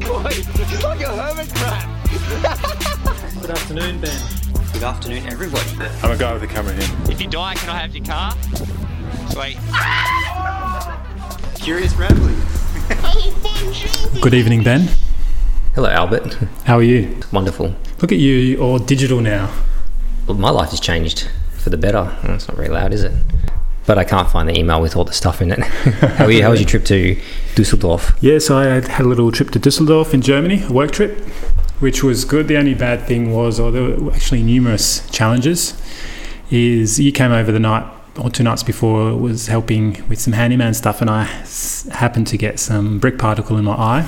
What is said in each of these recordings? Boy, it's like a hermit crab. Good afternoon, Ben. Good afternoon, everybody. I'm a guy with a camera here. If you die, can I have your car? Sweet. Curious rambling. Good evening, Ben. Hello, Albert. How are you? Wonderful. Look at you, you're all digital now. Well, my life has changed for the better. Oh, It's not very loud, is it? But I can't find the email with all the stuff in it. how, are you, how was your trip to Dusseldorf? Yes, I had had a little trip to Düsseldorf in Germany, a work trip, which was good. The only bad thing was, or there were actually numerous challenges, is you came over the night or two nights before was helping with some handyman stuff, and I s- happened to get some brick particle in my eye,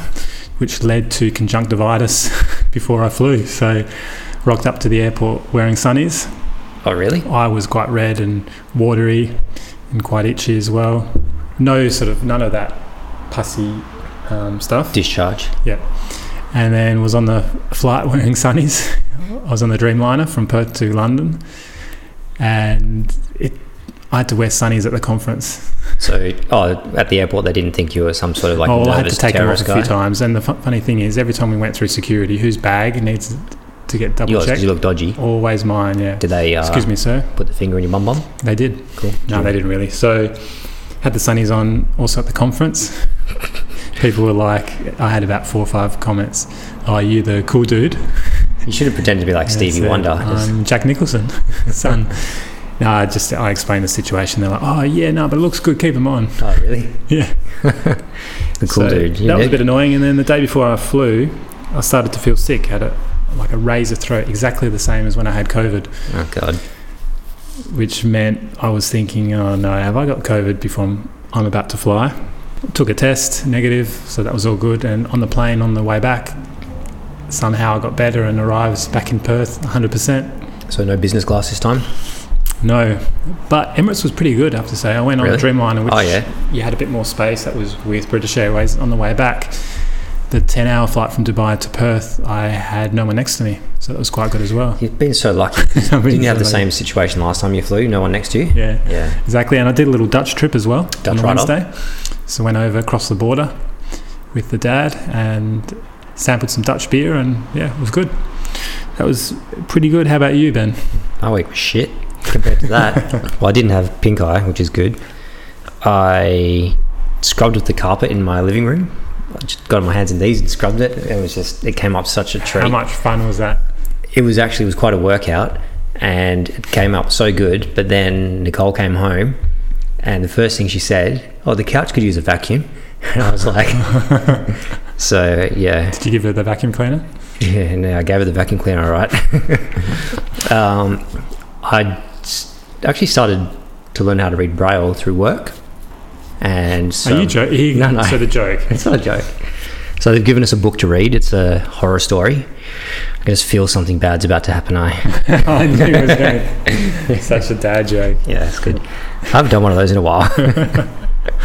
which led to conjunctivitis before I flew. So, rocked up to the airport wearing sunnies, Oh, really? eye was quite red and watery and quite itchy as well. No sort of none of that pussy um, stuff. Discharge. And then was on the flight wearing sunnies. I was on the Dreamliner from Perth to London, and it. I had to wear sunnies at the conference. So, oh, at the airport, they didn't think you were some sort of like oh, well, nervous I had to take them off terrorist a few guy. times. And the fu- funny thing is, every time we went through security, whose bag needs to get double Yours, 'cause checked? you look dodgy. Always mine. Yeah. Did they uh, Excuse me, sir. put the finger in your bum bum? They did. Cool. No, they didn't really. So had the sunnies on also at the conference. People were like, I had about four or five comments. Are you the cool dude? You should have pretended to be like Stevie That's it. Wonder. Just- I'm Jack Nicholson, son. No, I just I explained the situation. They're like, oh yeah, no, but it looks good. Keep them on. oh, really? Yeah. the cool So dude. You That was a know- bit annoying. And then the day before I flew, I started to feel sick. Had a like a razor throat, exactly the same as when I had COVID. oh, God. which meant I was thinking, oh no, have I got COVID before I'm, I'm about to fly? Took a test, negative, so that was all good. And on the plane on the way back, somehow I got better and arrives back in Perth 100%. So, no business class this time? No, but Emirates was pretty good, I have to say. I went on Really? Dreamliner, which Oh, yeah. you had a bit more space. That was with British Airways on the way back. The 10 hour flight from Dubai to Perth, I had no one next to me, so that was quite good as well. You've been so lucky. I mean, Didn't you have the so, same situation last time you flew? No one next to you? Yeah. Yeah. Exactly, and I did a little Dutch trip as well on Dutch the right-off. Wednesday. So went over across the border with the dad and sampled some Dutch beer, and yeah, it was good. That was pretty good. How about you, Ben? My week was shit compared to that. well, I didn't have pink eye, which is good. I scrubbed with the carpet in my living room. I just got on my hands and knees and scrubbed it. It was just, it came up such a treat. How much fun was that? It was actually, it was quite a workout and it came up so good. But then Nicole came home and the first thing she said, oh, the couch could use a vacuum. And I was like, so yeah. Did you give her the vacuum cleaner? Yeah, no, I gave her the vacuum cleaner, all right. um, I s- actually started to learn how to read Braille through work. And so, Are you joking? No, no. So the joke. It's not a joke. So they've given us a book to read. It's a horror story. I can just feel something bad's about to happen. I I knew it was going. Such a dad joke. yeah, that's good. I haven't done one of those in a while.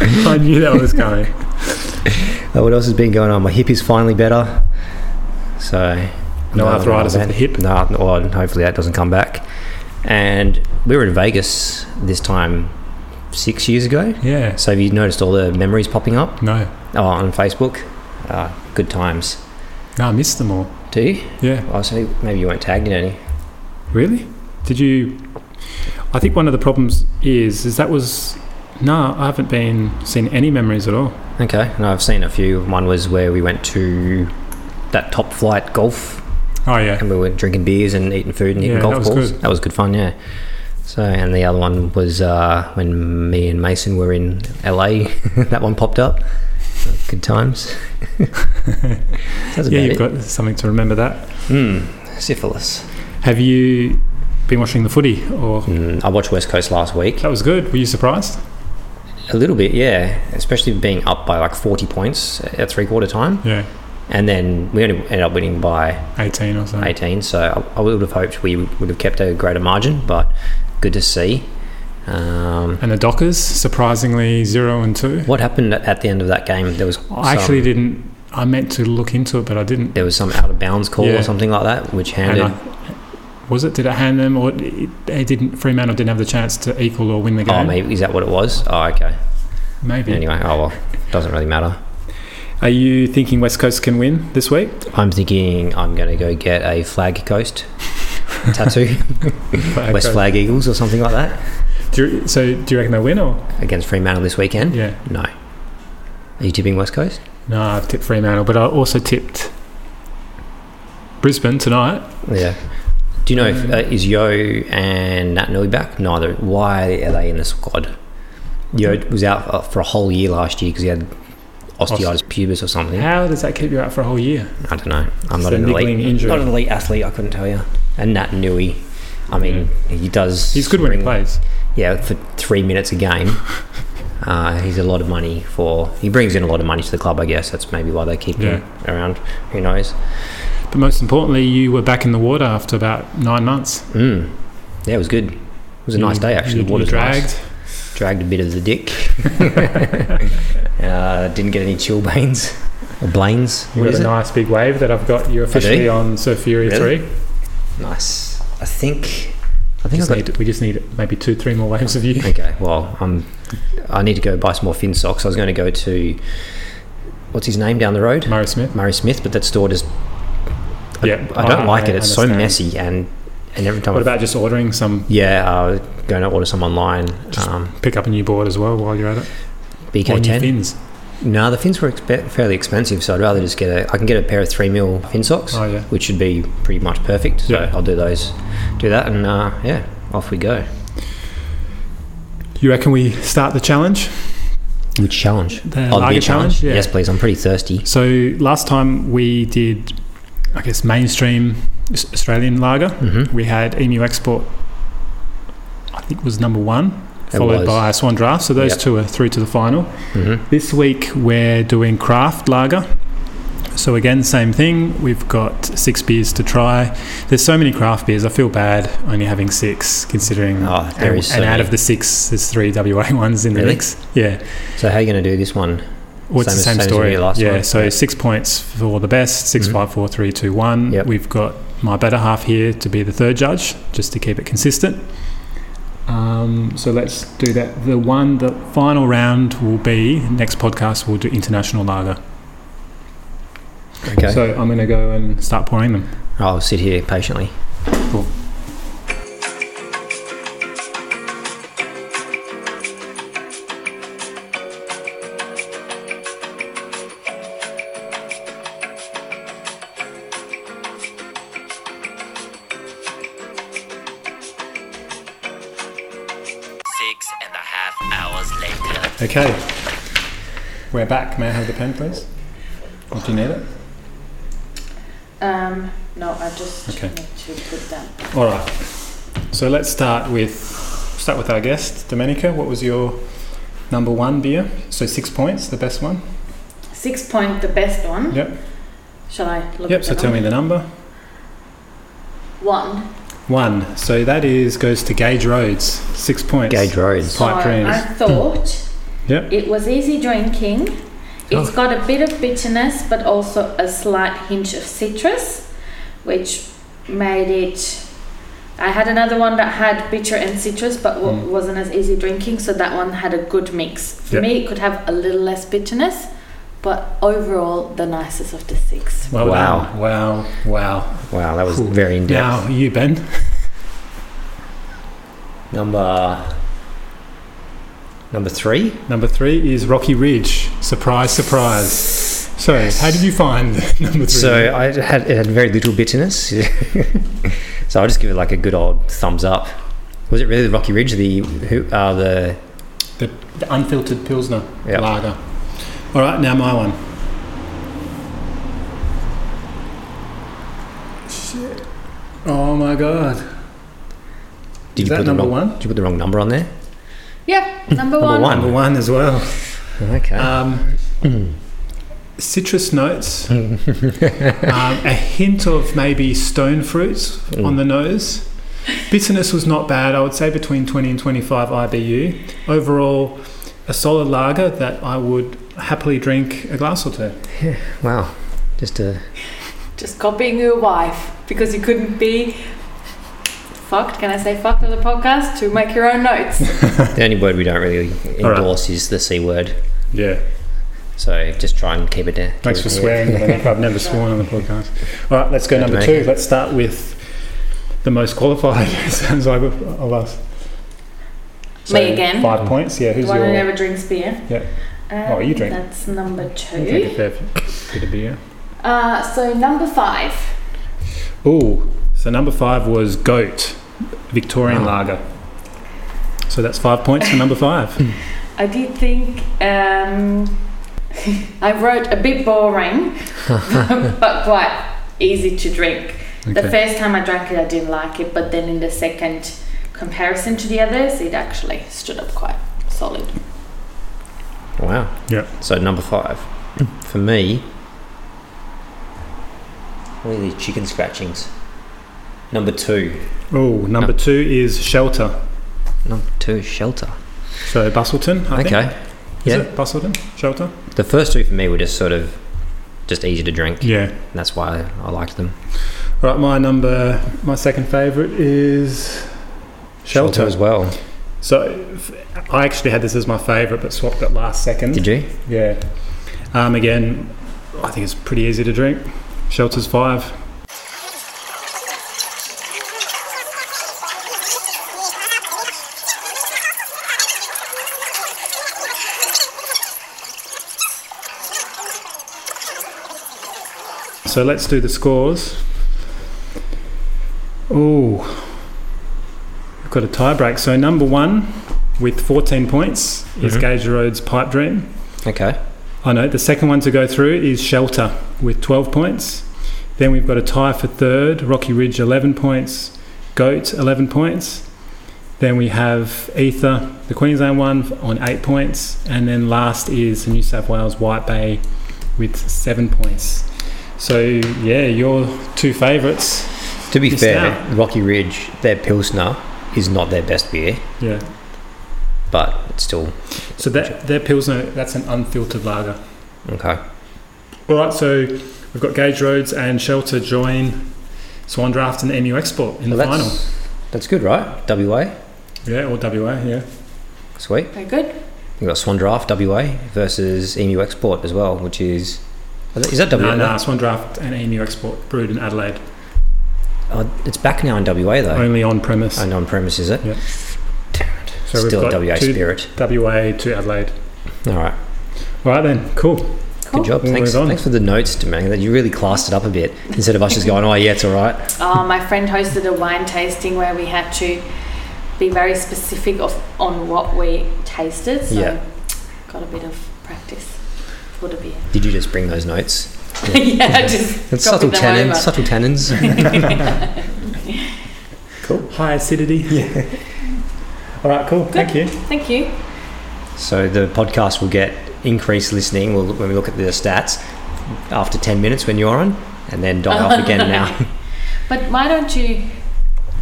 I knew that was coming. Uh, what else has been going on? My hip is finally better. So No arthritis of man. the hip? No, arth- well, and hopefully that doesn't come back. And we were in Vegas this time six years ago. Yeah. So have you noticed all the memories popping up No. oh, on Facebook? Uh, good times. No, I missed them all. Do you? Yeah. Oh, so maybe you weren't tagged in any. Really? Did you? I think one of the problems is is that was. No, I haven't been seen any memories at all. Okay. No, I've seen a few. One was where we went to that top flight golf Oh yeah, and we were drinking beers and eating food and eating Yeah, golf that was balls. good. That was good fun, yeah. So, and the other one was uh, when me and Mason were in LA. that one popped up. Good times. That's yeah. about You've it. got something to remember that. Mm, syphilis. Have you been watching the footy? Or Mm, I watched West Coast last week. that was good. Were you surprised? A little bit, yeah. Especially being up by like 40 points at three quarter time. Yeah, And then we only ended up winning by eighteen or so. 18. So I, I would have hoped we would have kept a greater margin, but good to see. Um, And the Dockers, surprisingly, zero and two. What happened at- at the end of that game? There was I actually some, didn't. I meant to look into it, but I didn't. there was some out of bounds call Yeah. or something like that, which And handed. I- was it? Did it hand them, or it, they didn't? Fremantle didn't have the chance to equal or win the game. Oh, maybe is that what it was? Oh, okay. Maybe. Anyway, oh well, doesn't really matter. Are you thinking West Coast can win this week? I'm thinking I'm going to go get a flag coast tattoo, West Flag Eagles or something like that, Do you, so do you reckon they'll win or? against Fremantle this weekend. Yeah. No. Are you tipping West Coast? No, I've tipped Fremantle, but I also tipped Brisbane tonight. Yeah. Do you know if uh, is Yo and Nat Nui back? Neither. Why are they in the squad? Yo was out uh, for a whole year last year because he had osteitis pubis or something. Mm. How does that keep you out for a whole year? I don't know. I'm It's not a an elite, niggling injury. not an elite athlete. I couldn't tell you. And Nat Nui, I mean, he does. Mm. He's good when he bring- plays. Yeah, for three minutes a game. Uh, he's a lot of money for. He brings in a lot of money to the club, I guess. That's maybe why they keep him around. Who knows? But most importantly, you were back in the water after about nine months. Mm. Yeah, it was good. It was a nice day, actually. You, The you water's nice. dragged. dragged a bit of the dick. uh, didn't get any chilblains or blains. You What got is a it? nice big wave that I've got. You're officially on Surf Fury Really? three. Nice. I think. I We think just, I got. need, we just need maybe two, three more waves of you. Okay. Well, I'm. I need to go buy some more fin socks. I was going to go to. What's his name down the road? Murray Smith. Murray Smith, but that store just. I, Yeah, I don't I- like it. I It's so understand. messy and and every time. What I- about just ordering some? yeah, uh, going to order some online. Um, Pick up a new board as well while you're at it. Or new BK10. fins. No, the fins were expe- fairly expensive, so I'd rather just get a. I can get a pair of three mil fin socks, Oh, yeah. which should be pretty much perfect. So Yeah. I'll do those, do that, and uh, yeah, off we go. You reckon we start the challenge? Which challenge? The beer lager challenge, yeah. Yes, please. I'm pretty thirsty. So last time we did, I guess, mainstream Aus- Australian lager. hmm We had Emu Export, I think was number one, It followed was. by Swan Draft. So those Yep. two are through to the final. hmm This week we're doing craft lager. So again, same thing. We've got six beers to try. There's so many craft beers. I feel bad only having six, considering. Oh, there and, is so and out many. of the six, there's three WA ones in the Really? mix. Yeah, So how are you going to do this one? well, it's Same the same, as- same as we story. did last yeah, time. so Yeah. six points for the best. Six, Mhm. five, four, three, two, one. Yep. We've got my better half here to be the third judge, just to keep it consistent. Um, so let's do that. The one, the final round will be next podcast. We'll do international lager. Okay, So I'm going to go and start pouring them. I'll sit here patiently. Six and a half hours later. Okay. We're back. May I have the pen, please? Or do you need it? Um, no, I just Okay. need to put them. All right. So let's start with start with our guest, Domenica. What was your number one beer? So six points, the best one. Six point, the best one. Yep. Shall I look Yep. at So tell me the number. One. One. So that is goes to Gage Roads. Six points. Gage roads. So Pipe dreams. I thought Yep. Oh. it was easy drinking. It's got a bit of bitterness, but also a slight hint of citrus, which made it. I had another one that had bitter and citrus, but w- Mm. wasn't as easy drinking, so that one had a good mix. For Yep. me, it could have a little less bitterness, but overall, the nicest of the six. Well Wow. done. Wow. Wow. Wow, that was Cool. very in depth. Now you, Ben. Number number three. Number three is Rocky Ridge. Surprise, surprise. So how did you find number three? So I had it had very little bitterness. so I'll just give it like a good old thumbs up. Was it really the Rocky Ridge? The who uh, the The unfiltered Pilsner Yep. lager. All right, now my one. Shit. Oh my god. did is you that put number the one? wrong, Did you put the wrong number on there? Yeah, number, Number one. Number one as well. Okay. Um, citrus notes, um, a hint of maybe stone fruits on the nose. Bitterness was not bad. I would say between 20 and 25 IBU. Overall, a solid lager that I would happily drink a glass or two. wow. Just uh, a Just copying your wife because you couldn't be fucked. Can I say fucked on the podcast to make your own notes? the only word we don't really All right. endorse is the c word. Yeah. So just try and keep it down. Thanks for keep it- swearing. but I think I've never sworn on the podcast. All right, let's go Had to number make two. it. Let's start with the most qualified. Sounds like of us. Me again? Five points. Yeah, The who's one who your? never drinks beer. Yeah. Um, Oh, you drink. That's number You Take a two. fair bit of beer. Uh, so number five. Ooh. So number five was goat, Victorian lager. So that's five points for number five. I did think um, I wrote a bit boring, but quite easy to drink. The Okay. first time I drank it, I didn't like it, but then in the second comparison to the others, it actually stood up quite solid. Wow. Yeah. So number five for me. What are these chicken scratchings? Number two. Oh, number two is shelter. Number two is shelter. So Bustleton. I Think. okay. Is yeah. it Bustleton? Shelter. The first two for me were just sort of just easy to drink. Yeah. And that's why I liked them. Right, my number, my second favourite is Shelter. as well. So f- I actually had this as my favourite, but swapped it last second. Did you? Yeah. Um, again, I think it's pretty easy to drink. Shelter's five. So let's do the scores. Ooh, we've got a tie break. So number one with 14 points is Mhm. Gage Road's Pipe Dream. Okay. I know the second one to go through is Shelter with 12 points. Then we've got a tie for third, Rocky Ridge 11 points, Goat 11 points. Then we have Ether, the Queensland one, on 8 points. And then last is New South Wales White Bay with 7 points. So, yeah, your two favourites. To be Missed fair, out. Rocky Ridge, their Pilsner is not their best beer, Yeah. but it's still So, that, their Pilsner, that's an unfiltered lager. okay. All right, so we've got Gage Roads and Shelter join Swan Draft and MU Export in Well, the that's, final. That's good, right? WA. Yeah, or WA, yeah. Sweet. Very good. We've got Swan Draft WA versus EMU Export as well, which is. Is that No, WA? no, uh, Swan Draft and E EMU Export brewed in Adelaide, Oh, it's back now in WA though. only on premise. And on premise, is it? Yeah. Damn it. So we've Still got a WA two- spirit. WA to Adelaide. All right. All right, then, cool. Cool. Good job. We'll Thanks, move on. thanks for the notes, Domingue. That you really classed it up a bit instead of us just going, oh, yeah, it's all right. Uh, my friend hosted a wine tasting where we had to be very specific of on what we tasted. So Yeah. got a bit of practice for the beer. Did you just bring those notes? yeah, just It's copy subtle them tannins. over. Subtle tannins. High acidity. Yeah. All right, cool. Thank you. Thank you. so the podcast will get increased listening We'll when we look at the stats after 10 minutes when you're on, and then die off again now. But why don't you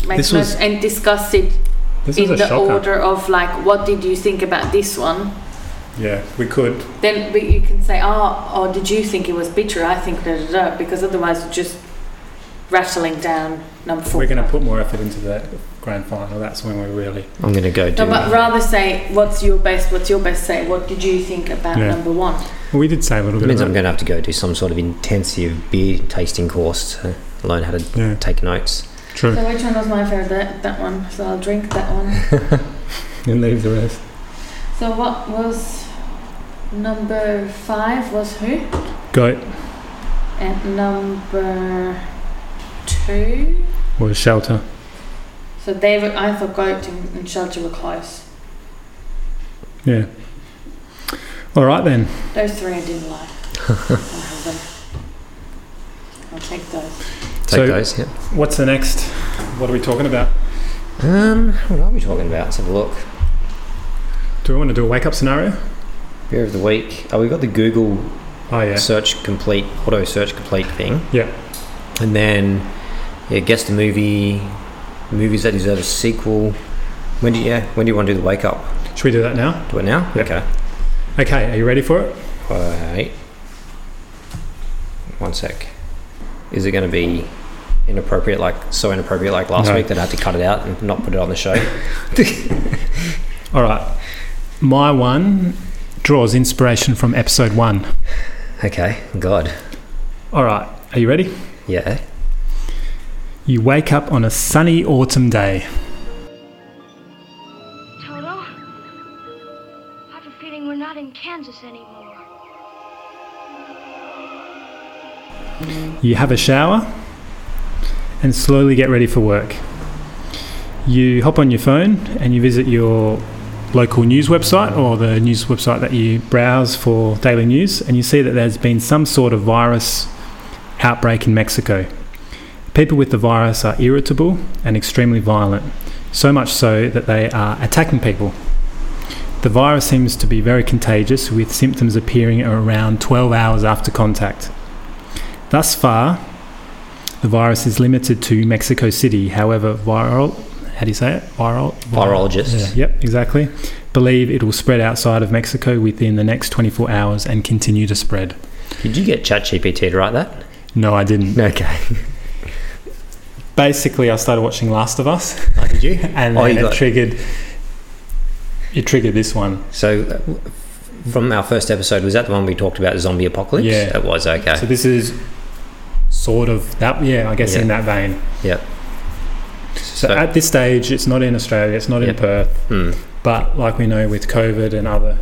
make notes This was- and discuss it This in is a the shocker. order of like what did you think about this one? Yeah, we could. Then we, you can say, oh, or did you think it was bitter? I think da da da. Because otherwise, you're just rattling down number four. We're going to put more effort into that grand final. That's when we really. I'm going to go do No, but rather say what's your best. What's your best? Say what did you think about Yeah. number one? We did say a little It bit. means about- I'm going to have to go do some sort of intensive beer tasting course to learn how to Yeah, take notes. true. So which one was my favorite? That, that one. So I'll drink that one. And leave the rest. So what was number five? Was who? Goat And number two. or shelter. So they were. I thought goat and, and shelter were close. Yeah. All right, then. Those three I didn't like. I'll have them. I'll take those. Take So- those. Yeah. What's the next? What are we talking about? Um, what are we talking about? Let's have a look. Do we want to do a wake up scenario? Beer of the week. Oh, we've got the Google Oh, yeah. search complete, auto search complete thing. Yeah. And then, yeah, guess the movie, movies that deserve a sequel. When do you, yeah, when do you want to do the wake up? Should we do that now? Do it now? Yep. Okay. Okay, are you ready for it? Wait. One sec. Is it going to be inappropriate, like so inappropriate, like last No. week that I had to cut it out and not put it on the show? All right. My one draws inspiration from episode one. Okay, God. All right, are you ready? Yeah. You wake up on a sunny autumn day. Toto, I have a feeling we're not in Kansas anymore. You have a shower and slowly get ready for work. You hop on your phone and you visit your local news website or the news website that you browse for daily news and you see that there's been some sort of virus outbreak in Mexico. People with the virus are irritable and extremely violent, so much so that they are attacking people. The virus seems to be very contagious with symptoms appearing around 12 hours after contact. Thus far, the virus is limited to Mexico City. However, viral, how do you say it? Viral, Virologists. Yeah, yep, exactly. Believe it will spread outside of Mexico within the next 24 hours and continue to spread. Did you get ChatGPT to write that? No, I didn't. Okay. Basically, I started watching Last of Us, Oh, did you? and Oh, then you it got- triggered. It triggered this one. So, uh, w- from our first episode, was that the one we talked about zombie apocalypse? Yeah. It was, okay. So this is sort of that. Yeah, I guess in that vein. yep. So, So- at this stage, it's not in Australia. It's not in Yep. Perth. Hmm. But like we know with COVID and other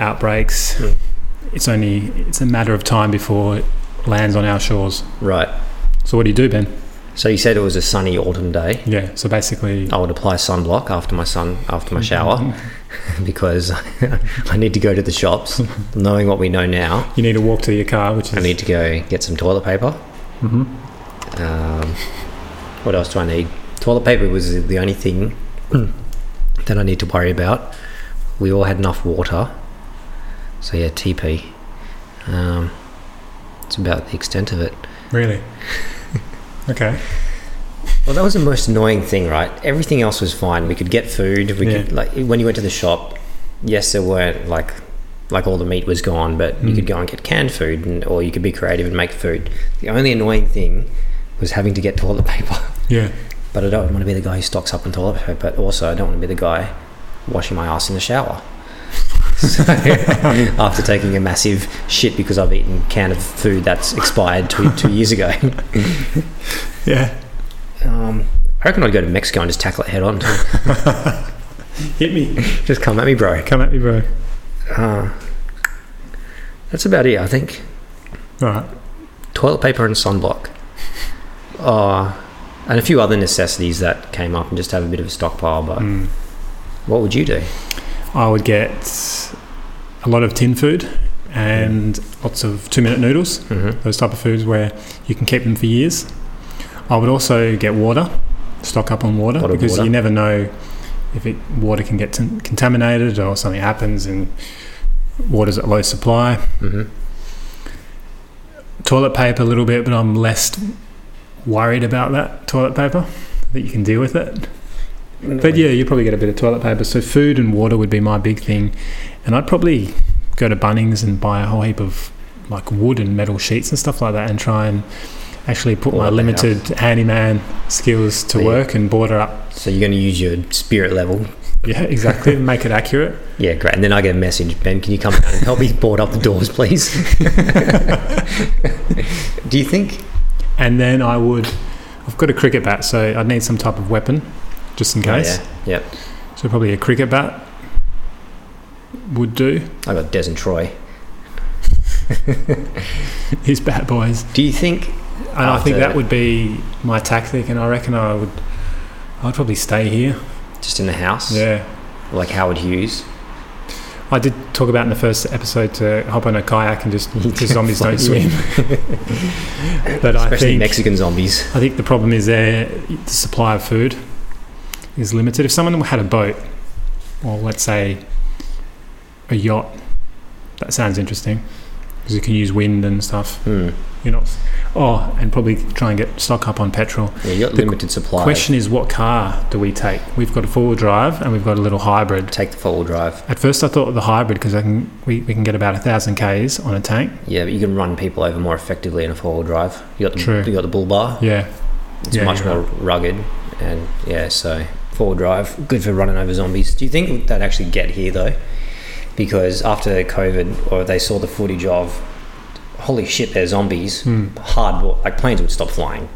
outbreaks, Mm. it's only it's a matter of time before it lands on our shores. Right. So what do you do, Ben? So, you said it was a sunny autumn day. Yeah. So basically, I would apply sunblock after my sun after my shower because I need to go to the shops. Knowing what we know now, you need to walk to your car, which is I need to go get some toilet paper. Mhm. Um, what else do I need? Toilet paper was the only thing that I need to worry about. We all had enough water, so yeah, TP. Um, it's about the extent of it. really. okay. Well, that was the most annoying thing, right? Everything else was fine. We could get food. We could Yeah. like when you went to the shop. Yes, there weren't like like all the meat was gone, but you could go and get canned food, and, or you could be creative and make food. The only annoying thing was having to get toilet paper. Yeah. But I don't want to be the guy who stocks up on toilet paper. But also, I don't want to be the guy washing my ass in the shower. so, after taking a massive shit because I've eaten canned food that's expired two, two years ago. Yeah. Um, I reckon I'd go to Mexico and just tackle it head on. Hit me. just come at me, bro. Come at me, bro. Uh, that's about it, I think. All right. Toilet paper and sunblock. Uh, and a few other necessities that came up and just have a bit of a stockpile. But Mm. what would you do? I would get a lot of tin food and lots of two-minute noodles. Mm-hmm. those type of foods where you can keep them for years. I would also get water, stock up on water Lot of because water. you never know if it, water can get t- contaminated or something happens and water's at low supply. Mm-hmm. Toilet paper a little bit, but I'm less worried about that toilet paper that you can deal with it. Mm. But yeah, you probably get a bit of toilet paper. So food and water would be my big thing, and I'd probably go to Bunnings and buy a whole heap of like wood and metal sheets and stuff like that, and try and actually put my Board the limited handyman skills to Yeah. work and border up. So you're going to use your spirit level. Yeah, exactly. make it accurate. Yeah, great. And then I get a message, Ben, can you come down and help me board up the doors, please? do you think? And then I would. I've got a cricket bat, so I'd need some type of weapon, just in case. Oh, yeah. Yep. So probably a cricket bat would do. I got Des and Troy. These bad boys. Do you think? And I think After- that would be my tactic, and I reckon I would, I'd probably stay here. Just in the house, Yeah, like Howard Hughes. I did talk about in the first episode to hop on a kayak and just because zombies don't swim. but I Especially think Mexican zombies. I think the problem is there the supply of food is limited. If someone had a boat, or let's say a yacht, that sounds interesting because you can use wind and stuff. Hmm. You're not. Oh, and probably try and get stock up on petrol. Yeah, you got The limited supply. Question is, what car do we take? We've got a four-wheel drive and we've got a little hybrid. Take the four wheel drive. At first, I thought the hybrid because I can we, we can get about a thousand k's on a tank. Yeah, but you can run people over more effectively in a four wheel drive. You got the True. you got the bull bar. Yeah, It's yeah, much you're more rugged, and yeah, so four wheel drive good for running over zombies. Do you think they'd actually get here though? because after COVID, or they saw the footage of, holy shit, they're zombies. Hmm. Hard war- like planes would stop flying.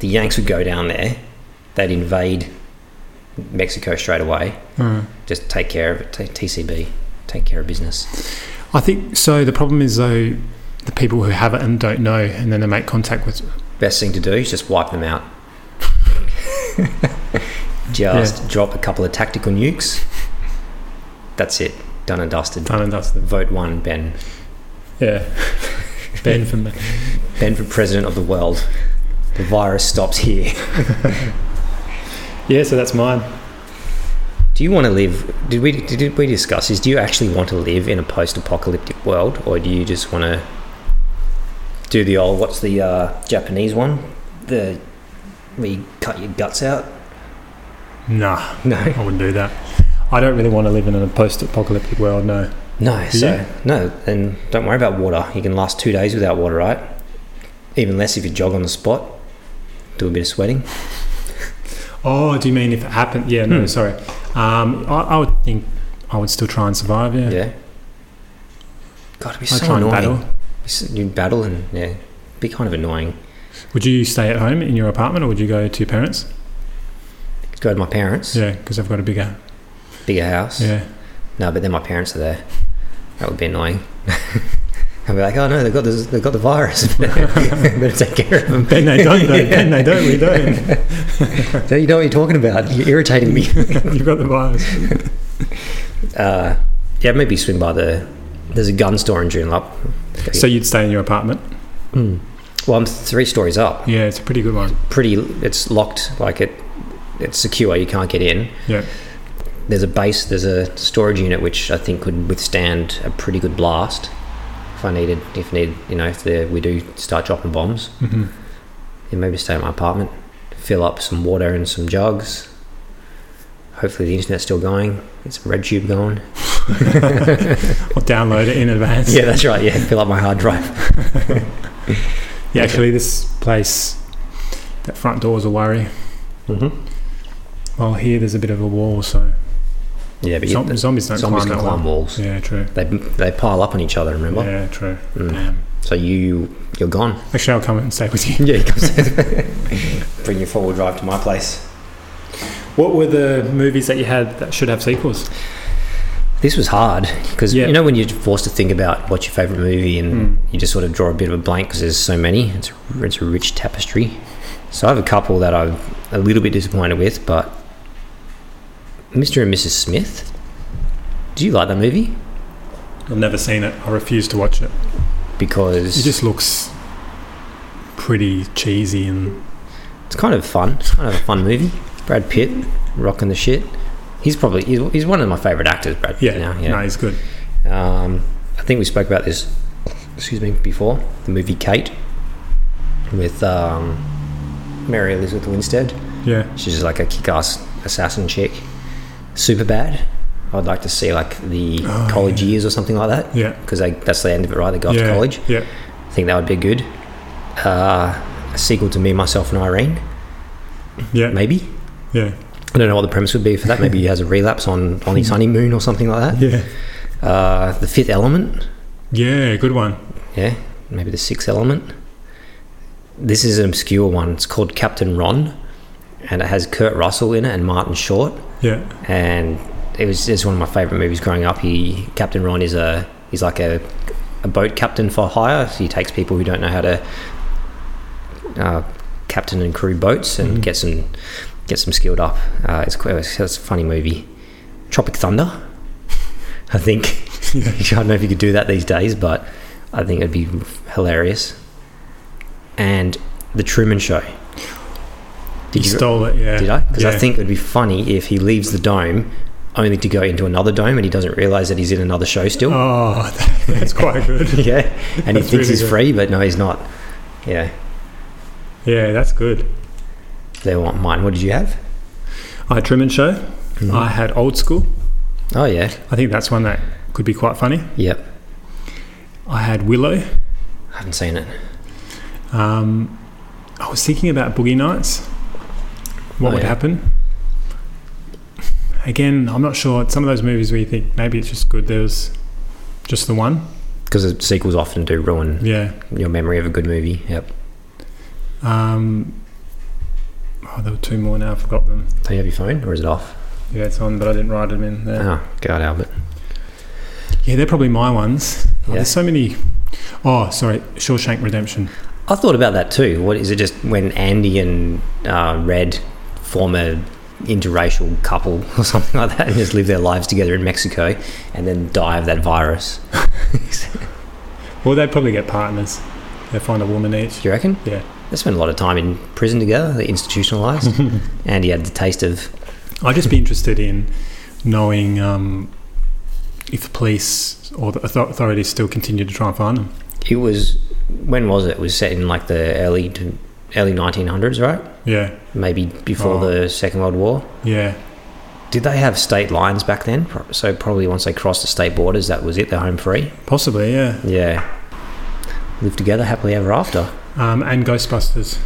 The Yanks would go down there. They'd invade Mexico straight away. Hmm. Just take care of it. T- TCB, take care of business. I think so. The problem is though, the people who have it and don't know, and then they make contact with. Best thing to do is just wipe them out. just drop a couple of tactical nukes. That's it. Done and dusted. Done and dusted. Vote one, Ben. Yeah. Ben from the Ben for president of the world. The virus stops here. Yeah, so that's mine. Do you want to live? Did we did we discuss this? Do you actually want to live in a post-apocalyptic world, or do you just want to do the old? What's the uh, Japanese one? The where you cut your guts out? Nah, No, I wouldn't do that. I don't really want to live in a post-apocalyptic world. No. no. Do So you? no, and don't worry about water. You can last two days without water, right? Even less if you jog on the spot, do a bit of sweating. Oh, do you mean if it happened? Yeah, no, Hmm. sorry. Um, I, I would think I would still try and survive. Yeah. Yeah. God, it'd be I'd so try and annoying. battle. You battle and yeah, be kind of annoying. Would you stay at home in your apartment, or would you go to your parents? Go to my parents, Yeah, because I've got a bigger. bigger house. Yeah. No, but then my parents are there. That would be annoying. I'd be like, oh no, they've got this, they've got the virus. Better take care of them. Ben, they don't. Though. Ben, they don't. We don't. Don't you know what you're talking about? You're irritating me. You've got the virus. Uh, yeah, maybe swing by the. There's a gun store in Joondalup. So you'd stay in your apartment. well, I'm three stories up. Yeah, it's a pretty good one. Pretty, it's locked. Like it, it's secure. You can't get in. Yeah. there's a base, there's a storage unit which I think could withstand a pretty good blast if I needed, if need, you know, if the, we do start dropping bombs. Mm-hmm. Yeah, maybe stay at my apartment, fill up some water and some jugs. Hopefully the internet's still going. Get some red tube going. Or download it in advance. Yeah, that's right. Yeah, fill up my hard drive. Yeah, actually, this place, that front door's a worry. Mm-hmm. Well, here there's a bit of a wall, so Yeah, but Zom- you, zombies don't zombies climb can that climb wall. walls. Yeah, true. They, they pile up on each other. Remember? Yeah, true. Mm. Damn. So you you're gone. Actually, I'll come and stay with you. Yeah, comes bring your four wheel drive to my place. What were the movies that you had that should have sequels? This was hard because Yeah. Hmm. you know when you're forced to think about what's your favorite movie and you just sort of draw a bit of a blank because there's so many. It's it's a rich tapestry. So I have a couple that I'm a little bit disappointed with, but Mr. and Mrs. Smith. Do you like that movie? I've never seen it. I refuse to watch it. Because It just looks pretty cheesy and it's kind of fun. It's kind of a fun movie. Brad Pitt rocking the shit. He's probably he's he's one of my favorite actors. Brad Pitt yeah, now. no, it's good. Um, I think we spoke about this, excuse me, before the movie Kate with um, Mary Elizabeth Winstead. Yeah, She's like a kick-ass assassin chick. Super bad. I'd like to see like the Oh, college years or something like that. Yeah. because that's the end of it, right? They go off yeah, to college. Yeah, I think that would be good. Uh, a sequel to Me, Myself, and Irene, yeah, maybe. yeah, I don't know what the premise would be for that. Maybe he has a relapse on on his honeymoon or something like that. yeah, Uh, the Fifth Element. yeah. Good one. Yeah, maybe the sixth element. This is an obscure one. It's called Captain Ron, and it has Kurt Russell in it and Martin Short. Yeah, And it was it's one of my favorite movies growing up. He Captain Ron is a he's like a a boat captain for hire. So he takes people who don't know how to uh, captain and crew boats and gets them gets them skilled up. Uh, it's quite it's, it's a funny movie. Tropic Thunder. I think. I don't know if you could do that these days, but I think it'd be hilarious. And The Truman Show. you Did you, stole it. Yeah, Did I? Because Yeah. I think it'd be funny if he leaves the dome only to go into another dome and he doesn't realize that he's in another show still. Oh, that's quite good. yeah. And he That's thinks really he's good. free, but no, he's not. Yeah. Yeah, that's good. They want mine. What did you have? I had Truman Show. Mm-hmm. I had Old School. Oh, yeah. I think that's one that could be quite funny. Yep. I had Willow. I haven't seen it. Um, I was thinking about Boogie Nights. What Oh, would yeah. happen? Again, I'm not sure. It's some of those movies where you think maybe it's just good. There's just the one. Because sequels often do ruin Yeah. your memory of a good movie. Yep. Um, oh, there were two more now. I forgot them. Do you have your phone or is it off? Yeah, it's on, but I didn't write them in there. Oh, God, Albert. Yeah, they're probably my ones. Oh, Yeah. there's so many. Oh, sorry, Shawshank Redemption. I thought about that too. What is it? Just when Andy and uh, Red form a interracial couple or something like that, and just live their lives together in Mexico, and then die of that virus. Well, they'd probably get partners. They find a woman each. Do you reckon? Yeah. They spent a lot of time in prison together. They institutionalized. Andy had the taste of. I'd just be interested in knowing um, if the police or the author- authorities still continue to try and find them. It was when was it? It was set in like the early to early 1900s, right? Yeah, Maybe before Oh. the Second World War. yeah. Did they have state lines back then? Pro- So probably once they crossed the state borders, that was it. They're home free. Possibly, yeah. Yeah. Live together happily ever after. Um, and Ghostbusters.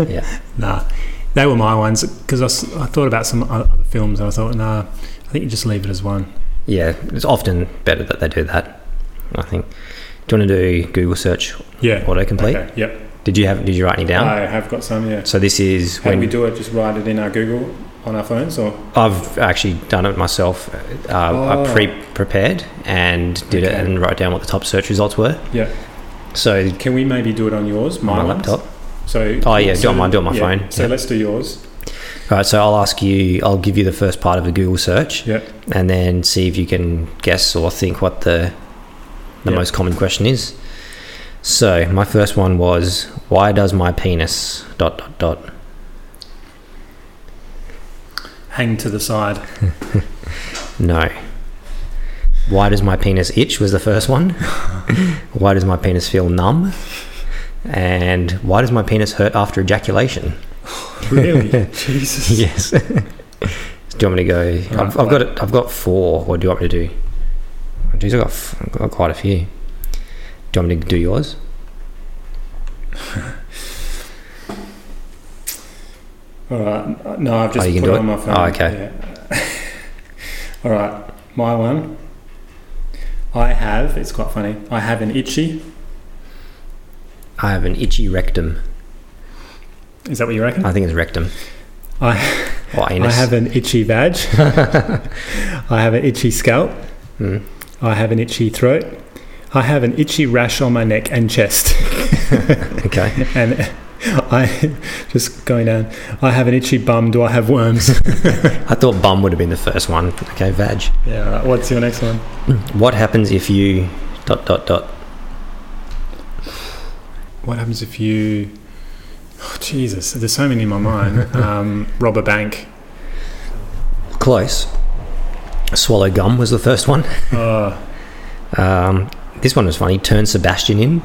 Yeah. Nah, they were my ones because I, s- I thought about some o- other films and I thought, nah, I think you just leave it as one. Yeah. It's often better that they do that, I think. Do you want to do Google search Yeah. autocomplete? Okay, yep. Did you have did you write any down? I have got some, yeah. So this is How do when we do it? Just write it in our Google on our phones or? I've actually done it myself. Uh, Oh. I pre-prepared and did it Okay. and wrote down what the top search results were. Yeah. So Can we maybe do it on yours? my ones? laptop. So. Oh, yeah, so- do it on mine, do it on my yeah, phone, So yeah. let's do yours. Right. So I'll ask you. I'll give you the first part of a Google search. Yeah. and then see if you can guess or think what the the Yeah. most common question is. So my first one was why does my penis dot dot dot Hang to the side. no. Why does my penis itch was the first one. why does my penis feel numb? And why does my penis hurt after ejaculation? Really? Jesus. Yes. do you want me to go? I've, I've got it. I've got four. What do you want me to do? Geez, I've got, f- I've got quite a few. Do you want me to do yours? All right. No, I've just Oh, you put can it on do my it? phone. Oh, okay. Yeah. All right. My one. I have. It's quite funny. I have an itchy. I have an itchy rectum. Is that what you reckon? I think it's rectum. I, Or I anus. have an itchy vag. I have an itchy scalp. Hmm. I have an itchy throat. I have an itchy rash on my neck and chest. Okay. And I just going down. I have an itchy bum. Do I have worms? I thought bum would have been the first one. Okay, vag. yeah. All right. What's your next one? What happens if you dot dot dot? What happens if you? Oh, Jesus, there's so many in my mind. Um, rob a bank. Close. Swallow gum was the first one. Oh, Um, this one was funny. Turn Sebastian in.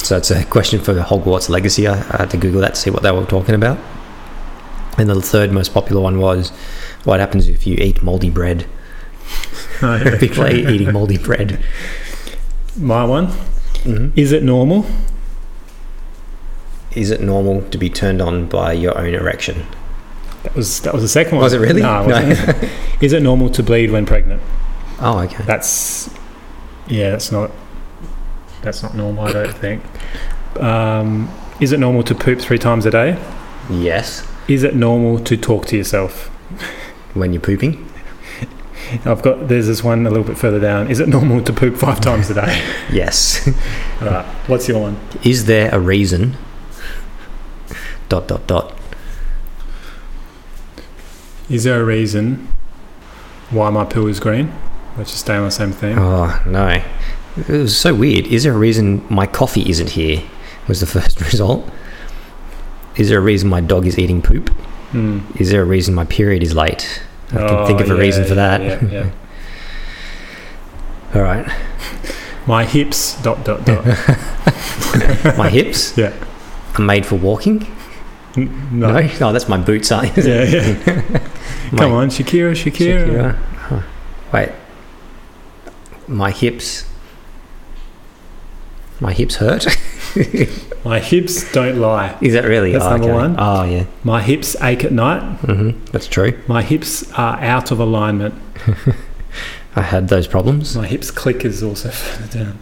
So it's a question for Hogwarts Legacy. I, I had to Google that to see what they were talking about. And the third most popular one was, what happens if you eat moldy bread? People are eating moldy bread. my one. hmm Is it normal? Is it normal to be turned on by your own erection? That was that was the second one. Was it really? No, it No. wasn't. Is it normal to bleed when pregnant? Oh, okay. That's yeah. That's not. That's not normal. I don't think. Um, is it normal to poop three times a day? Yes. Is it normal to talk to yourself? When you're pooping? I've got there's this one a little bit further down. Is it normal to poop five times a day? Yes. All right. What's your one? Is there a reason? Dot dot dot. Is there a reason why my pill is green? Let's just stay on the same theme. Oh no. It was so weird. Is there a reason my coffee isn't here? Was the first result. Is there a reason my dog is eating poop? Hmm. Is there a reason my period is late? I can think of a Oh, yeah, reason for yeah, that. yeah, yeah. All right. my hips. Dot dot dot. My hips Yeah. are made for walking. N- No, no. no, that's my boot size. Yeah, yeah. My- Come on, Shakira, Shakira. Shakira. Huh. Wait. My hips. My hips hurt. My hips don't lie. Is that really? That's number one. Oh, yeah. My hips ache at night. hmm That's true. My hips are out of alignment. I had those problems. My hips click is also further down.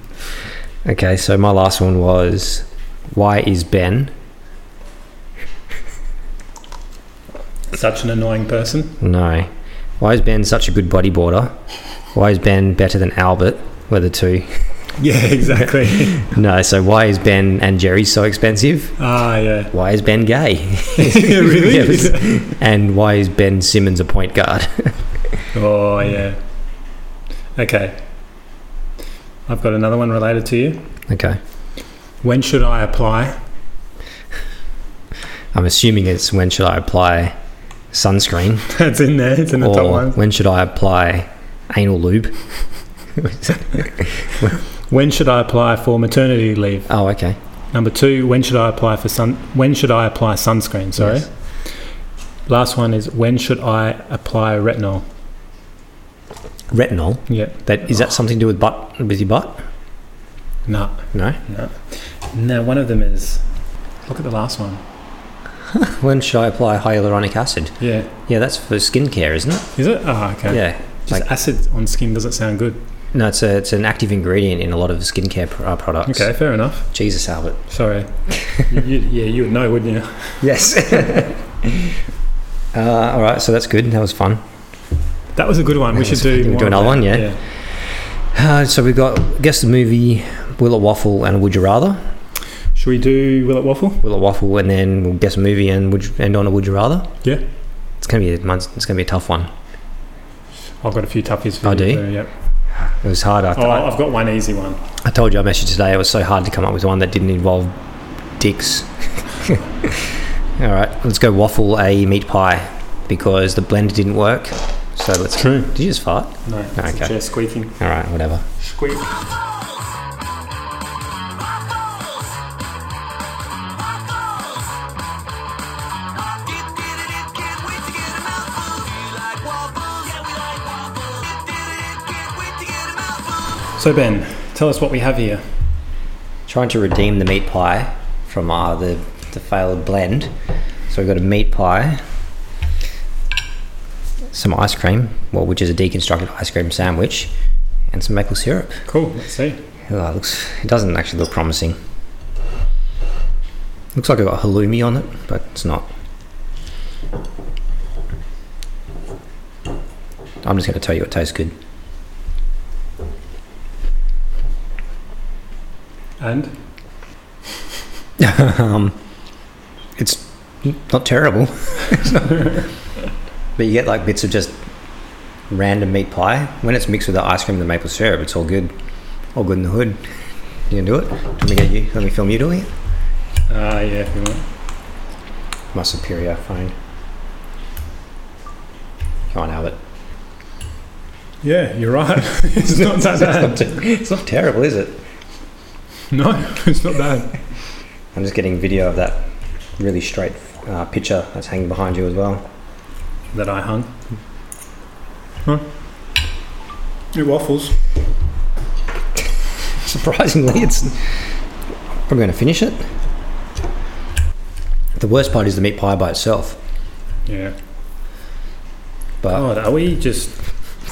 Okay, so my last one was why is Ben? Such an annoying person. No. Why is Ben such a good bodyboarder? Why is Ben better than Albert? Were the two. Yeah, exactly. No, so why is Ben and Jerry so expensive? ah, yeah. Why is Ben gay? really? Yes. And why is Ben Simmons a point guard? Oh, yeah. Okay. I've got another one related to you. okay. When should I apply? I'm assuming it's when should I apply sunscreen? That's in there. It's in the top or one. when should I apply anal lube? When should I apply for maternity leave? Oh, okay. Number two. When should I apply for sun? When should I apply sunscreen? Sorry. Yes. Last one is when should I apply retinol? Retinol. Yeah. That is that something to do with butt with your butt? No. No. No. One of them is. Look at the last one. When should I apply hyaluronic acid? Yeah. Yeah, that's for skincare, isn't it? Is it? Oh, okay. Yeah. Just like- acid on skin doesn't sound good. No, it's a, it's an active ingredient in a lot of skincare pr- uh, products. Okay, fair enough. Jesus, Albert. Sorry. you, you, yeah, you would know, wouldn't you? Yes. uh, all right, so that's good. That was fun. That was a good one. We That should was- do can we more do of another that. one? Yeah. Uh, so we've got guess the movie Will It Waffle and Would You Rather. Should we do Will It Waffle? Will It Waffle, and then we'll guess a movie and would you, end on a Would You Rather. Yeah. It's gonna be a month, it's gonna be a tough one. I've got a few toughies for Oh, you. do you? so, yep. It was hard. I, Oh, I've got one easy one. I told you I messaged today. It was so hard to come up with one that didn't involve dicks. all right, let's go waffle a meat pie because the blender didn't work. So let's. True. Did you just fart? No. it's a Okay. Chair squeaking. All right, whatever. Squeak. So Ben, tell us what we have here. Trying to redeem the meat pie from uh, the the failed blend. So we've got a meat pie, some ice cream, well, which is a deconstructed ice cream sandwich, and some maple syrup. Cool. Let's see. Oh, it looks. It doesn't actually look promising. Looks like I got halloumi on it, but it's not. I'm just going to tell you it tastes good. And um, it's not terrible, but you get like bits of just random meat pie. When it's mixed with the ice cream and the maple syrup, it's all good. All good in the hood. You can do it. Let me get you. Let me film you doing it. ah, yeah, if you want. My superior phone. Come on, Albert. Yeah, you're right. it's not that It's bad. not- it's not terrible, is it? No, it's not bad. I'm just getting video of that really straight uh, picture that's hanging behind you as well. That I hung. Huh? It waffles. Surprisingly, it's probably going to finish it. The worst part is the meat pie by itself, Yeah. but God, are we just.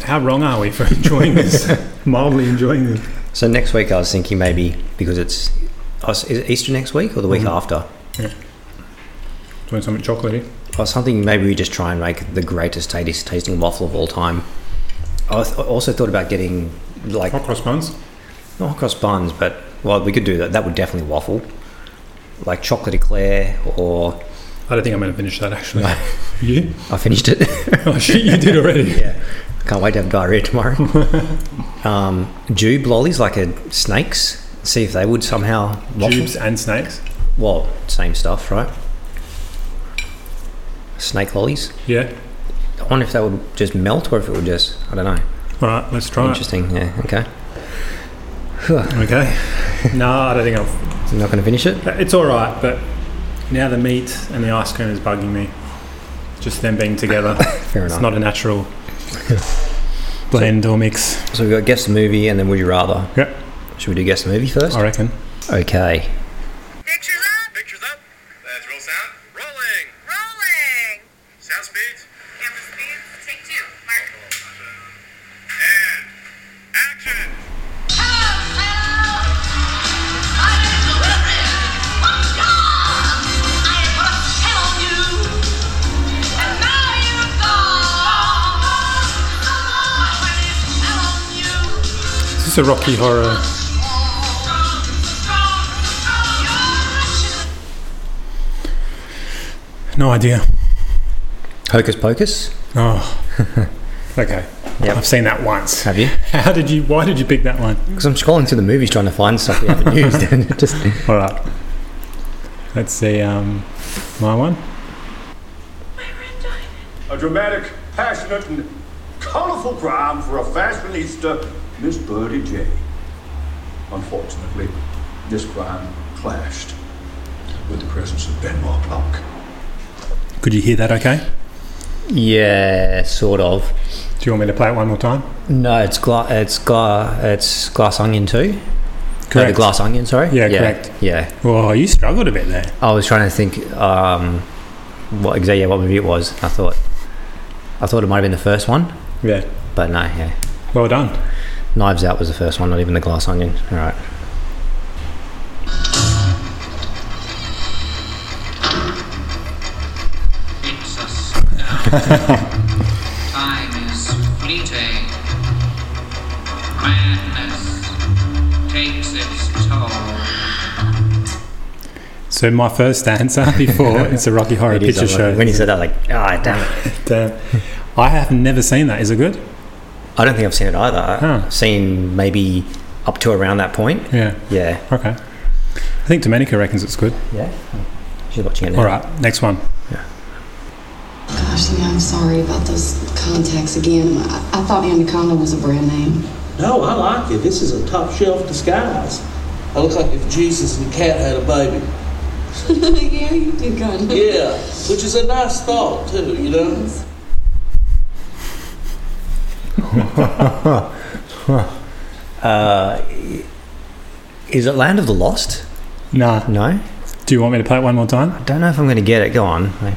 How wrong are we for enjoying this? Mildly enjoying this. So next week, I was thinking maybe because it's oh, is it Easter next week or the week Mhm. after, Doing something chocolatey. or something. Maybe we just try and make the greatest taste, tasting waffle of all time. I was- I also thought about getting like Hot cross buns. not hot cross buns, but well, we could do that. That would definitely waffle, like chocolate eclair or I don't think I'm going to finish that actually. you? I finished it. Oh shit, you did already. yeah, can't wait to have diarrhea tomorrow. um, jube lollies, like a snakes. See if they would somehow waffle. Tubes and snakes. Well, same stuff, right? Snake lollies. Yeah. I wonder if that would just melt or if it would just, I don't know. All right, let's try it. Interesting, yeah, okay. Okay. no, I don't think I've. So I'm not going to finish it. It's all right, but now the meat and the ice cream is bugging me. Just them being together. Fair it's enough. not a natural blend or mix. so we've got guess the movie and then would you rather? Yep. Should we do guess the movie first? I reckon. Okay. Pictures up. Pictures up. Let's roll sound. Rolling. Rolling. Sound speeds. Camera speeds. Take two. Mark. And action. Is this a Rocky Horror? No idea. Hocus Pocus. Oh, okay. Yep. I've seen that once. Have you? How did you? Why did you pick that one? Because I'm scrolling through the movies trying to find stuff we haven't used. And it just All right. Let's see. Um, my one. A dramatic, passionate, and colorful crime for a fashionista, Miss Birdie J. Unfortunately, this crime clashed with the presence of Benoit Blanc. Could you hear that? Okay. yeah, sort of. Do you want me to play it one more time? No, it's gla- it's gla- it's glass onion too. No, the Correct. glass onion. Sorry. Yeah, correct. Yeah, Oh, you struggled a bit there. I was trying to think um, what exactly yeah, what movie it was. I thought I thought it might have been the first one, Yeah. but no. Yeah, Well done. Knives Out was the first one, not even the glass onion. All right. It's a Time is fleeting. Madness takes its toll. So my first answer before it's a Rocky Horror It is Picture unlike- Show. When you said that, like, ah, damn it. Uh, I have never seen that. Is it good? I don't think I've seen it either. Huh. I've seen maybe up to around that point. Yeah. Yeah. Okay. I think Domenica reckons it's good. Yeah. She's watching it now. All right. Next one. Gosh, Lee, I'm sorry about those contacts again. I, I thought Anaconda was a brand name. No, I like it. This is a top shelf disguise. I look like if Jesus and Cat had a baby. yeah, you do, God. Yeah, which is a nice thought too, you know. Is it Land of the Lost? Nah. No. Do you want me to play it one more time? Don't know if I'm going to get it. Go on. Like,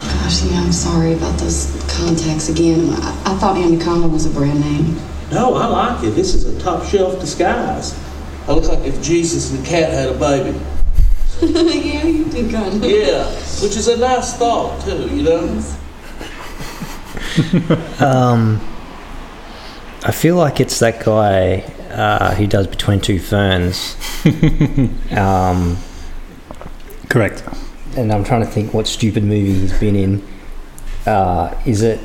Gosh, Lee, I'm sorry about those contacts again. I, I thought Anaconda was a brand name. No, I like it. This is a top shelf disguise. I look like if Jesus and Cat had a baby. yeah, you do, God. Yeah, which is a nice thought too, you know. I feel like it's that guy uh, who does Between Two Ferns. um, Correct. and I'm trying to think what stupid movie he's been in. Uh, is it?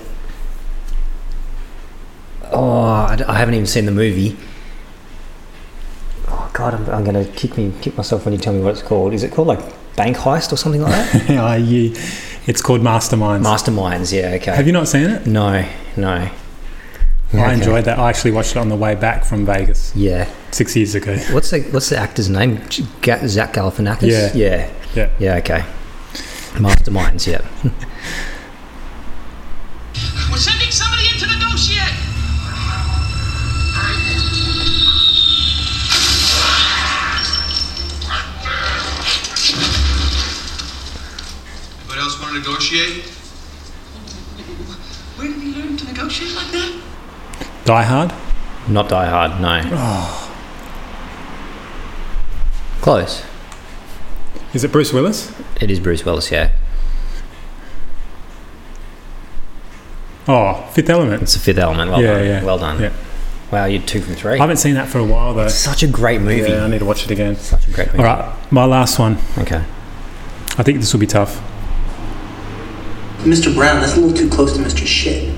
Oh, I, d- I haven't even seen the movie. Oh God, I'm, I'm gonna kick me, kick myself when you tell me what it's called. Is it called like Bank Heist or something like that? Yeah, you- it's called Masterminds. Masterminds. Yeah. Okay. Have you not seen it? No. No. I Okay. enjoyed that. I actually watched it on the way back from Vegas Yeah. six years ago. What's the What's the actor's name? G- Ga- Zach Galifianakis. Yeah. Yeah. Yeah. Yeah. Okay. Masterminds. Yeah. We're sending somebody in to negotiate. Anybody else want to negotiate? Where did he learn to negotiate like that? Die Hard. Not Die Hard. No. Close. Is it Bruce Willis? It is Bruce Willis, yeah. Oh, Fifth Element. It's the fifth element. Well yeah, done. yeah. Well done. Yeah. Wow, you're two from three. I haven't seen that for a while though. Such a great movie. Yeah, I need to watch it again. Such a great movie. All right, my last one. Okay. I think this will be tough. Mr. Brown, that's a little too close to Mr. Shit.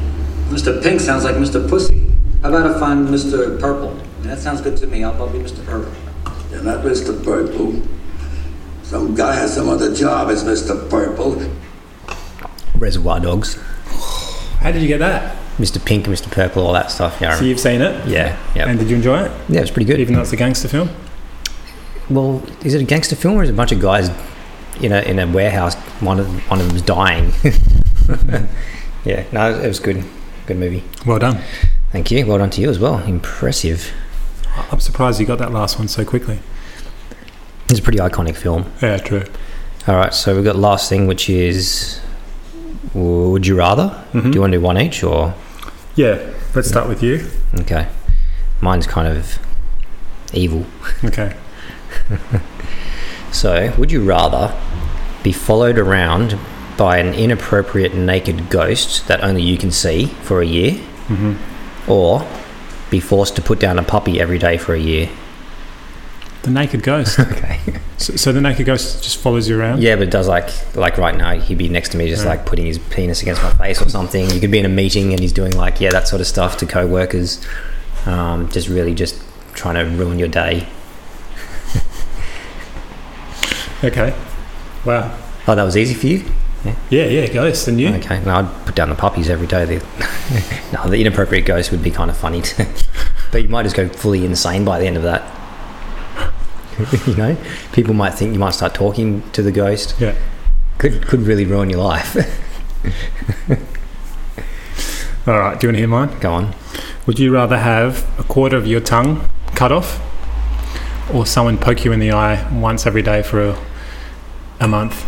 Mr. Pink sounds like Mr. Pussy. How about if I'm Mr. Purple? That sounds good to me. I'll, I'll be Mr. Purple. You're not Mr. Purple. Some guy has some other job as Mr. Purple. Reservoir Dogs. How did you get that? Mr. Pink, Mr. Purple, all that stuff. Yeah. I So you've seen it, yeah. Yeah. and did you enjoy it? yeah, it's pretty good. Even though it's a gangster film. well, is it a gangster film or is it a bunch of guys in a in a warehouse? One of one of them's dying. yeah. No, it was good. Good movie. Well done. Thank you. Well done to you as well. Impressive. I'm surprised you got that last one so quickly. It's a pretty iconic film. Yeah, true. All right, so we've got last thing, which is Would You Rather? Do you want to do one each or? Yeah, let's start with you. Okay. Mine's kind of evil. Okay. So, would you rather be followed around by an inappropriate naked ghost that only you can see for a year, Mhm. or be forced to put down a puppy every day for a year? The Naked Ghost. okay. So, so the Naked Ghost just follows you around? Yeah, but it does like like right now he'd be next to me just Yeah. like putting his penis against my face or something. You could be in a meeting and he's doing like yeah that sort of stuff to co-workers, um, just really just trying to ruin your day. Okay. Wow. Oh, that was easy for you. Yeah, yeah, ghost and you. Okay, no, I'd put down the puppies every day. The, no, the inappropriate ghost would be kind of funny too. but you might just go fully insane by the end of that. you know, people might think you might start talking to the ghost. Yeah, could could really ruin your life. All right, do you want to hear mine? Go on. Would you rather have a quarter of your tongue cut off or someone poke you in the eye once every day for a, a month?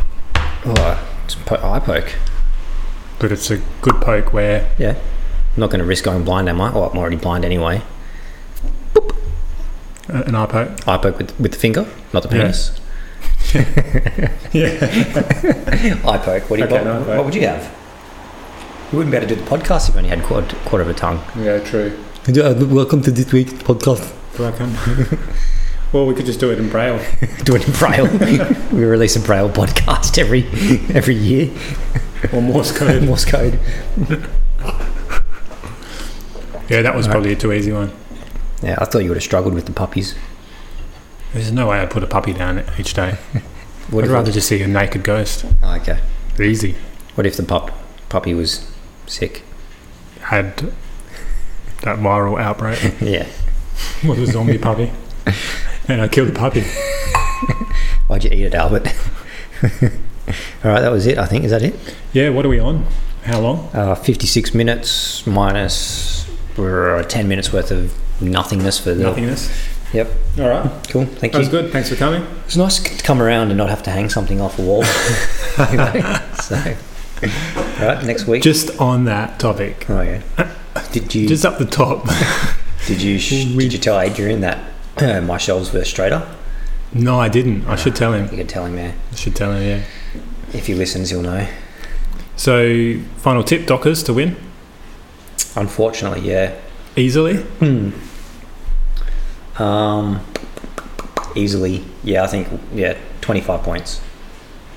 Oh, it's po- eye poke. But it's a good poke where. Yeah, I'm not going to risk going blind, am I? Oh, I'm already blind anyway. A- uh, An eye poke? Eye poke with with the finger, not the Yeah. penis. eye poke. What do you? Okay, what, no, what would you have? We wouldn't be able to do the podcast if we only had quarter, quarter of a tongue. Yeah, true. uh, Welcome to this week's podcast. Welcome. well, we could just do it in braille. doing in braille. we release a braille podcast every every year. Or Morse code. Morse code. Yeah, that was probably a too easy one. Yeah, I thought you would have struggled with the puppies. There's no way I'd put a puppy down each day. What I'd if rather just see a naked ghost. Oh, okay. Easy. What if the pup puppy was sick? Had that viral outbreak yeah. with a zombie puppy. And I killed the puppy. Why'd you eat it, Albert? All right, that was it. I think is that it. Yeah, what are we on? How long? Uh, Fifty-six minutes minus uh, ten minutes worth of nothingness for the. Nothingness. Yep. All right. Cool. Thank That was you. good. Thanks for coming. It's nice to come around and not have to hang something off a wall. You know? so, all right, next week. Just on that topic, oh yeah. Did you just up the top. did you sh- did you tell Adrian that uh, my shelves were straighter? no, I didn't. I should tell him. You can tell him there. I should tell him, yeah. If he listens, he'll know. So, final tip Dockers to win Unfortunately, yeah. easily. Um, easily, yeah. I think yeah, twenty-five points.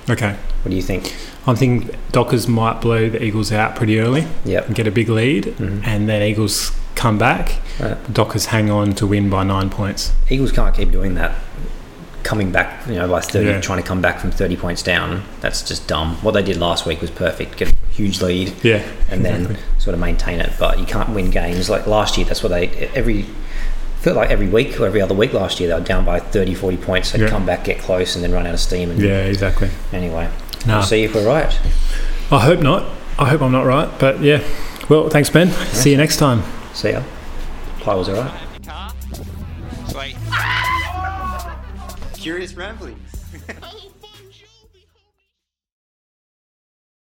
Okay. What do you think? I'm thinking Dockers might blow the Eagles out pretty early Yep. and get a big lead, and then Eagles come back. Right. Dockers hang on to win by nine points. Eagles can't keep doing that. Coming back, you know, by 30, Yeah. trying to come back from 30 points down, that's just dumb. What they did last week was perfect. Get a huge lead Yeah. and then sort of maintain it, but you can't win games. Like last year, that's what they, every, felt like every week or every other week last year, they were down by 30, 40 points. They'd Yeah. come back, get close, and then run out of steam. And Yeah, exactly. Anyway, Nah. we'll see if we're right. I hope not. I hope I'm not right, but yeah. Well, thanks, Ben. See you next time. See ya. Pie was all right. Sweet. Curious ramblings. Hey,